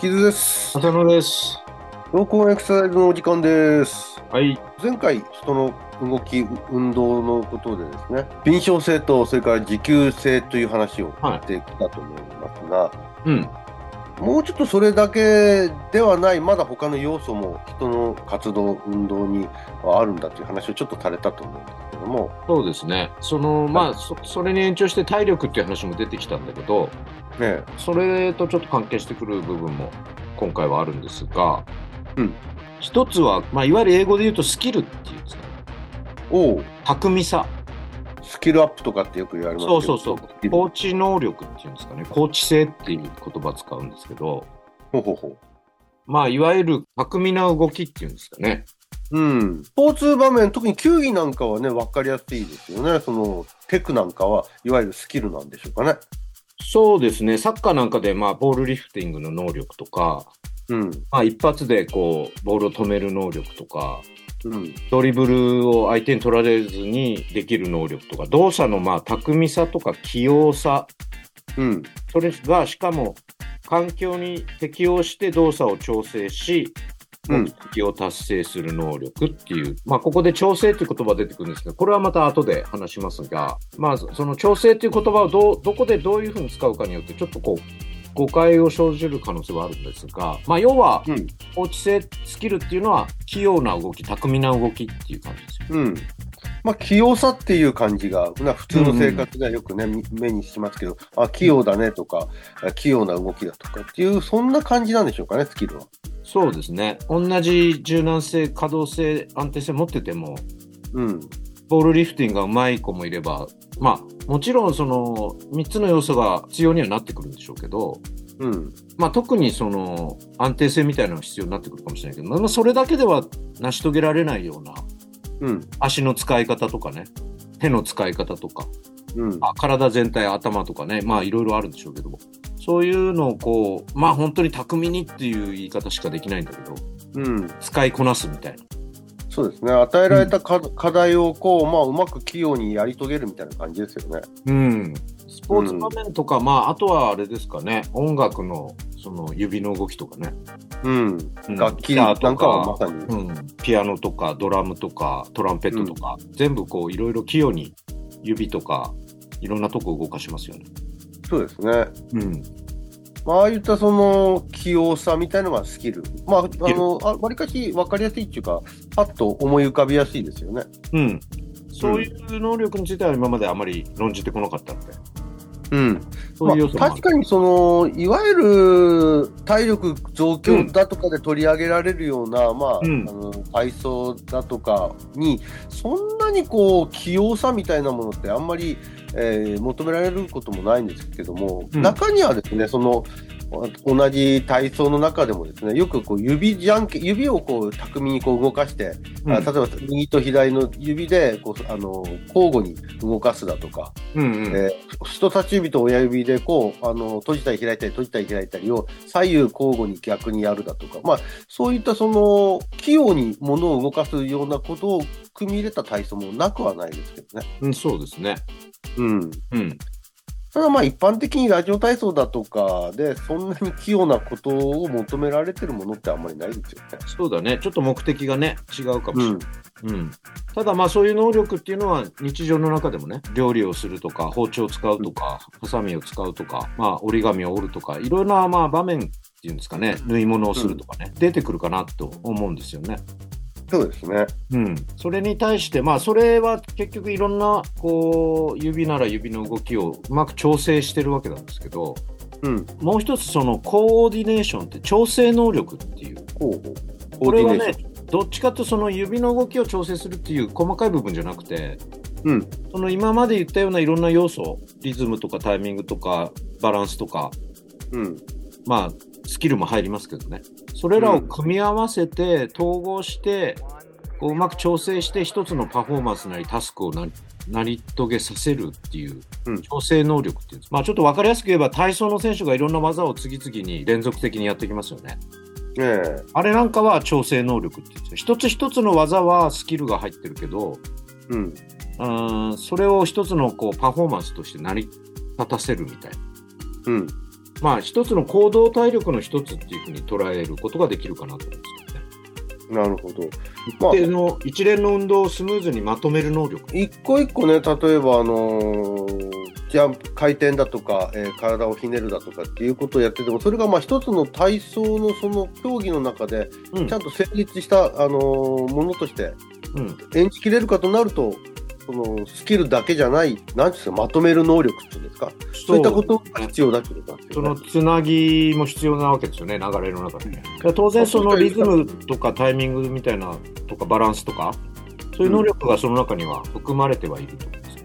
木津です。浅野です。動向エクササイズのお時間です。はい。前回、人の動き、運動のことでですね、敏捷性と、それから持久性という話をはいしてきたと思いますが、うん。もうちょっとそれだけではない、まだ他の要素も人の活動、運動にはあるんだという話をちょっとされたと思うんですけども、そうですね。その、まあ、そそれに延長して体力っていう話も出てきたんだけど、ねそれとちょっと関係してくる部分も今回はあるんですが、うん一つは、まあ、いわゆる英語で言うとスキルっていうんですかね。おう巧みさ。スキルアップとかってよく言われますけどそうそうそう。ほコーチ能力っていうんですかね。コーチ性っていう言葉使うんですけど、うほうほう。まあ、いわゆる巧みな動きっていうんですかね。うん、スポーツ場面、特に球技なんかはね、分かりやすいですよね。そのテクなんかはいわゆるスキルなんでしょうかね。そうですね。サッカーなんかで、まあ、ボールリフティングの能力とか、うん、まあ、一発でこうボールを止める能力とかうん、ドリブルを相手に取られずにできる能力とか動作のまあ巧みさとか器用さうん、それがしかも環境に適応して動作を調整しうん目的を達成する能力っていう、まあここで調整という言葉が出てくるんですけどこれはまた後で話しますがまあその調整という言葉をどうどこでどういうふうに使うかによってちょっとこう誤解を生じる可能性はあるんですが、まあ、要はうん、放置性スキルっていうのは器用な動き巧みな動きっていう感じですようん。まあ、器用さっていう感じが、な普通の生活ではよくね、み目にしますけど、あ、器用だねとか、あ器用な動きだとかっていう、そんな感じなんでしょうかね、スキルは。そうですね同じ柔軟性可動性安定性持っててもうん、ボールリフティングが上手い子もいればまあもちろんその3つの要素が必要にはなってくるんでしょうけど、うん、まあ、特にその安定性みたいなのが必要になってくるかもしれないけど、まあ、それだけでは成し遂げられないようなうん、足の使い方とかね手の使い方とかうん、あ体全体、頭とかね、まあいろいろあるんでしょうけども、そういうのをこう、まあ本当に巧みにっていう言い方しかできないんだけど、うん。使いこなすみたいな。そうですね。与えられた課課題を、こう、まあ、うまく器用にやり遂げるみたいな感じですよね。うん。スポーツ場面とか、まああとはあれですかね、音楽のその指の動きとかね。うん。うん楽器ギタなーんかとはまか、さに。うん、ピアノとかドラムとかトランペットとか、全部こういろいろ器用に指とかいろんなとこ動かしますよね。そうですね。うん。まあ、ああいったその器用さみたいなのがスキル。まあ、あキルの、あわりかし分かりやすいっていうか、パッと思い浮かびやすいですよね。うん。そういう能力については今まであまり論じてこなかったので、うん。そうまいう要素もああ、る確かにその、いわゆる体力増強だとかで取り上げられるような、まあ、うんあの体操だとかに、そんなにこう、器用さみたいなものってあんまり、えー求められることもないんですけども、うん中にはですね、その、同じ体操の中でもですね、よくこう指じゃんけ、指をこう巧みにこう動かして、うんあ例えば右と左の指でこうあの交互に動かすだとか、うんうんえー人差し指と親指でこうあの閉じたり開いたり閉じたり開いたりを左右交互に逆にやるだとか、まあ、そういったその器用に物を動かすようなことを組み入れた体操もなくはないですけどね。うん、そうですね。うん、うん。ただまあ一般的にラジオ体操だとかでそんなに器用なことを求められてるものってあんまりないですよね。そうだね。ちょっと目的がね、違うかもうしれないん。うん。ただまあそういう能力っていうのは日常の中でもね、料理をするとか、包丁を使うとか、ハサミを使うとか、まあ折り紙を折るとか、いろんなまあ場面っていうんですかね、縫い物をするとかね、出てくるかなと思うんですよね。そうですね。うん。それに対して、まあそれは結局いろんな、こう、指なら指の動きをうまく調整してるわけなんですけど、うん。もう一つそのコーディネーションって調整能力っていうこうこれはコーディネーねション、どっちかというとその指の動きを調整するっていう細かい部分じゃなくて、うんその今まで言ったようないろんな要素、リズムとかタイミングとかバランスとか、うん。まあ、スキルも入りますけどね、それらを組み合わせて、統合して、こううまく調整して、一つのパフォーマンスなり、タスクをな成り遂げさせるっていううん調整能力っていうんです、まあ、ちょっと分かりやすく言えば、体操の選手がいろんな技を次々に連続的にやってきますよね。ええあれなんかは調整能力って言って一つ一つの技はスキルが入ってるけど、うん。うーんそれを一つのこうパフォーマンスとして成り立たせるみたいな。うん。まあ、一つの行動体力の一つっていうふうに捉えることができるかなと思うんですけどね。なるほど。一定の、一連の運動をスムーズにまとめる能力。一個一個ね、例えば、あのージャンプ、回転だとか、えー体をひねるだとかっていうことをやってても、それがまあ一つの体操のその競技の中で、うんちゃんと成立した、あのーものとしてうん、演じきれるかとなると、そのスキルだけじゃない、なんですか、まとめる能力っていうんですか、そういったことが必要だってことなんですそよねのつなぎも必要なわけですよね、流れの中で。だから当然、そのリズムとかタイミングみたいなとか、バランスとか、そういう能力がその中には含まれてはいると思うんです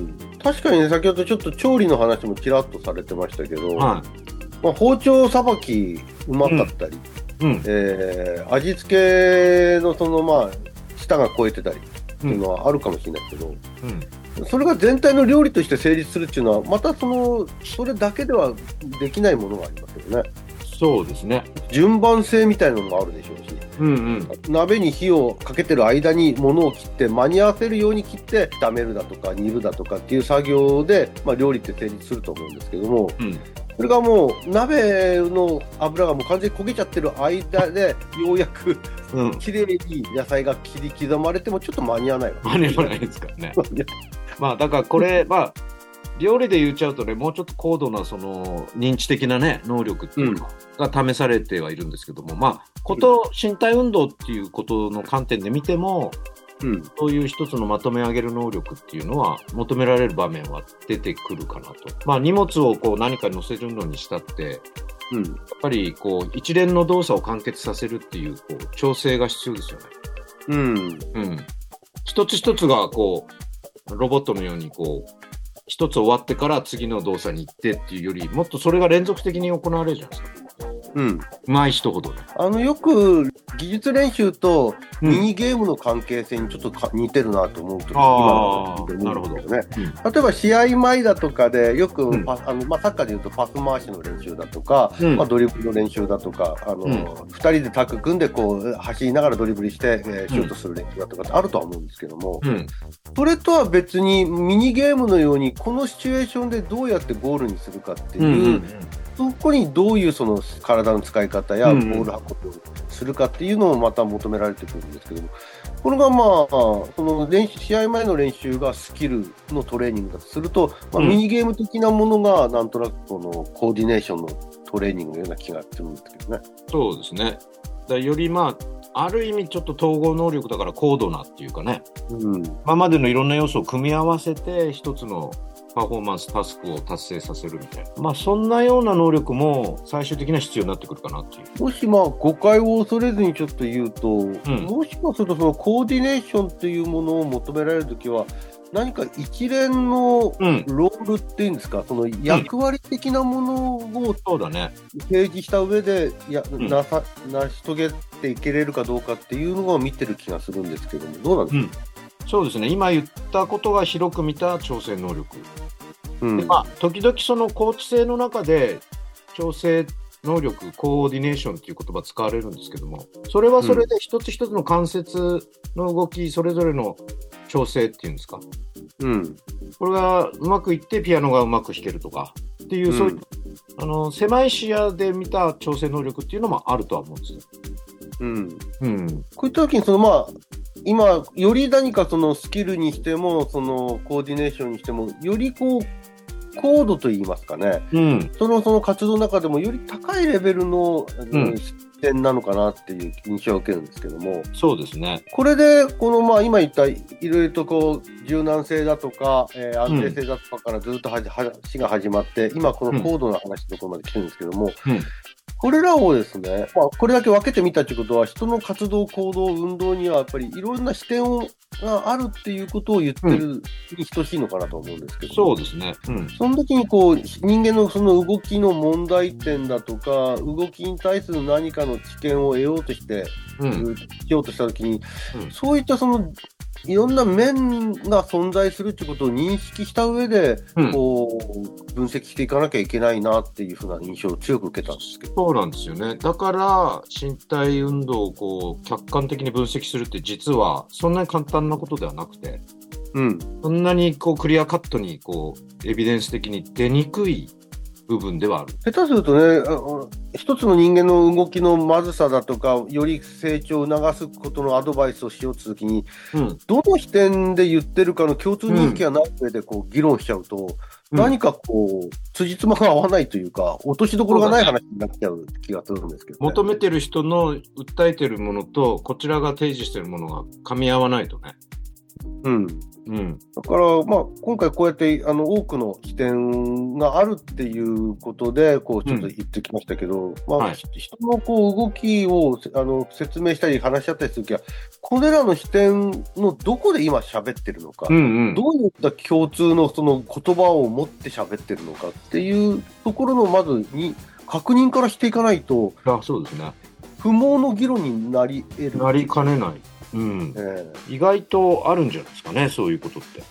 よね。うん確かにね、先ほどちょっと調理の話もちらっとされてましたけど、はまあ、包丁さばきうまかったり、い。うん。えー味付けのそのまあ舌が超えてたりっていうのはあるかもしれないけど、うん。それが全体の料理として成立するっていうのはまたそのそれだけではできないものがありますよねそうですね。順番性みたいなのもあるでしょうしうんうん。鍋に火をかけてる間に物を切って間に合わせるように切って炒めるだとか煮るだとかっていう作業で、まあ、料理って成立すると思うんですけどもうん。それがもう鍋の油がもう完全に焦げちゃってる間でようやくうん。綺麗に野菜が切り刻まれてもちょっと間に合わないわ真似はないですからね。けです。まあだからこれ、まあ、料理で言っちゃうとね、もうちょっと高度なその認知的なね、能力っていうのが試されてはいるんですけども、まあ、こと、身体運動っていうことの観点で見ても、うん、そういう一つのまとめ上げる能力っていうのは、求められる場面は出てくるかなと。まあ、荷物をこう何かに乗せるのにしたって、うん、やっぱりこう、一連の動作を完結させるっていう、こう、調整が必要ですよね。うん、うん。一つ一つが、こう、ロボットのように、こう、一つ終わってから次の動作に行ってっていうより、もっとそれが連続的に行われるじゃないですか。うん。うまい人ほどね。あの、よく技術練習とうミん。ニゲームの関係性にちょっとか似てるなと思うと、あー今の話聞いて思うんですけどね。うん例えば試合前だとかで、よくうんパス、あのまあ、サッカーでいうとパス回しの練習だとか、うんまあ、ドリブルの練習だとか、あのうん2人でタッグ組んでこう走りながらドリブルして、えーシュートする練習だとかってあるとは思うんですけども、うん。それとは別にミニゲームのようにこのシチュエーションでどうやってゴールにするかっていう、うん。うん。そこにどういうその体の使い方やうボんール運びをするかっていうのもまた求められてくるんですけども、これがまあ、その練習試合前の練習がスキルのトレーニングだとすると、まあ、うんミニゲーム的なものがなんとなくこのコーディネーションのトレーニングのような気がするんですけどね。そうですね。だからよりまあ、ある意味ちょっと統合能力だから高度なっていうかね、うん、今までのいろんな要素を組み合わせて、一つのパフォーマンス、タスクを達成させるみたいな。まあ、そんなような能力も最終的には必要になってくるかなっていう。もしまあ誤解を恐れずにちょっと言うと、んもしかするとそのコーディネーションというものを求められるときは、何か一連のうん。ロールっていうんですか、その役割的なものをそうだね。提示した上でや、んなさ成し遂げていけれるかどうかっていうのを見てる気がするんですけども、どうなんでうん。そうですね。今言ったことが広く見た調整能力。すか、うんでまあ、時々そのコーチ制の中で、調整能力、コーディネーションっていう言葉使われるんですけども、それはそれで一つ一つの関節の動き、それぞれの調整っていうんですか。うんこれがうまくいってピアノがうまく弾けるとかっていう、うんそういうあの狭い視野で見た調整能力っていうのもあるとは思うんですよ。うん、うん、こういった時にそのまあ今より何かそのスキルにしてもそのコーディネーションにしてもよりこう高度といいますかねうん、そのその活動の中でもより高いレベルの、うん視点なのかなっていう印象を受けるんですけども、そうですね。これで、このまあ今言ったいろいろとこう柔軟性だとか、えー安定性だとかからずっとはじ話が始まって、今この高度な話のところまで来てるんですけども、うんこれらをですね、まあ、これだけ分けてみたということは、人の活動、行動、運動にはやっぱりいろんな視点をがあるっていうことを言ってるに等しいのかなと思うんですけど、そうですね。うん、その時にこう人間のその動きの問題点だとか、動きに対する何かの知見を得ようとして、うん、しようとしたときに、うんそういったそのいろんな面が存在するってことを認識した上で、うんこう分析していかなきゃいけないなっていうふうな印象を強く受けたんですけど。そうなんですよね。だから身体運動をこう客観的に分析するって実はそんなに簡単なことではなくて、うん、そんなにこうクリアカットにこうエビデンス的に出にくい部分ではある。下手するとね、あの一つの人間の動きのまずさだとか、より成長を促すことのアドバイスをしようとするときに、うん、どの視点で言ってるかの共通認識がない上でこう議論しちゃうと、うん何かこう、辻褄が合わないというか、落としどころがない話になっちゃう気がするんですけど、ね。求めてる人の訴えてるものと、こちらが提示してるものが噛み合わないとね。うん。うん。だから、まあ、今回こうやって、あの、多くの視点があるっていうことで、こう、ちょっと言ってきましたけど、まあ、はいひ人のこう、動きを、せあの、説明したり話し合ったりするときは、これらの視点のどこで今喋ってるのか、うんうん。どういった共通のその言葉を持って喋ってるのかっていうところの、まずに、確認からしていかないと、あそうですね。不毛の議論になり得る。なりかねない。うん。ええ意外とあるんじゃないですかね、そういうことって。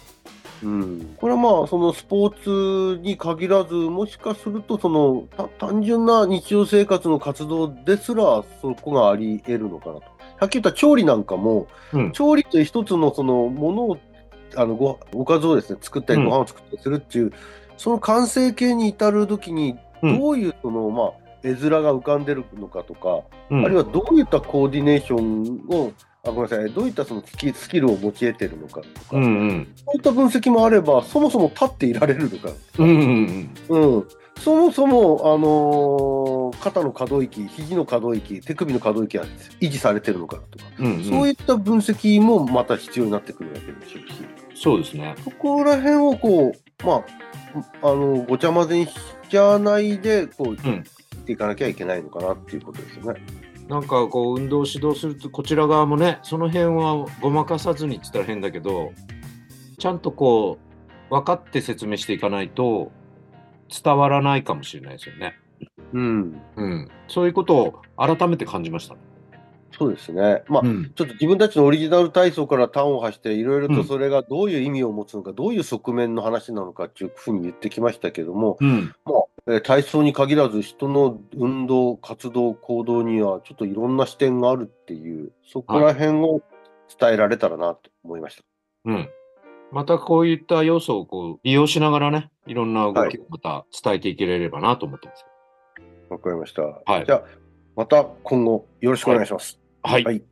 うん、これはまあそのスポーツに限らず、もしかするとそのた単純な日常生活の活動ですら、そこがあり得るのかなと。さっき言った調理なんかも、うん調理という一つのそのものをあのごおかずをですね作ったり、うんご飯を作ったりするっていう、その完成形に至るときに、うんどういうその、まあ、絵面が浮かんでるのかとか、うん、あるいはどういったコーディネーションを、あごめんなさい、どういったそのスキスキルを持ち得てるのかとか。うんうん。そういった分析もあれば、そもそも立っていられるのか、うんうんうん。うん、そもそも、あのー肩の可動域、肘の可動域、手首の可動域は維持されてるのかとか、うんうん、そういった分析もまた必要になってくるわけでしょうし、そうですね。そこら辺をこう、まあ、あのごちゃ混ぜにしちゃわないで、こう、んやっていかなきゃいけないのかなっていうことですよね。なんかこう運動指導するとこちら側もねその辺はごまかさずにって言ったら変だけどちゃんとこう分かって説明していかないと伝わらないかもしれないですよね。うん、うん、そういうことを改めて感じました。そうですね。まあ、うん、ちょっと自分たちのオリジナル体操から端を発して、いろいろとそれがどういう意味を持つのか、どういう側面の話なのかっていうふうに言ってきましたけども、うん、えー体操に限らず、人の運動、活動、行動には、ちょっといろんな視点があるっていう、そこら辺を伝えられたらなと思いました。うん。またこういった要素をこう利用しながらね、いろんな動きをまた伝えていけれればなと思ってます。わ、かりました。はいじゃあ、また今後、よろしくお願いします。はい。はい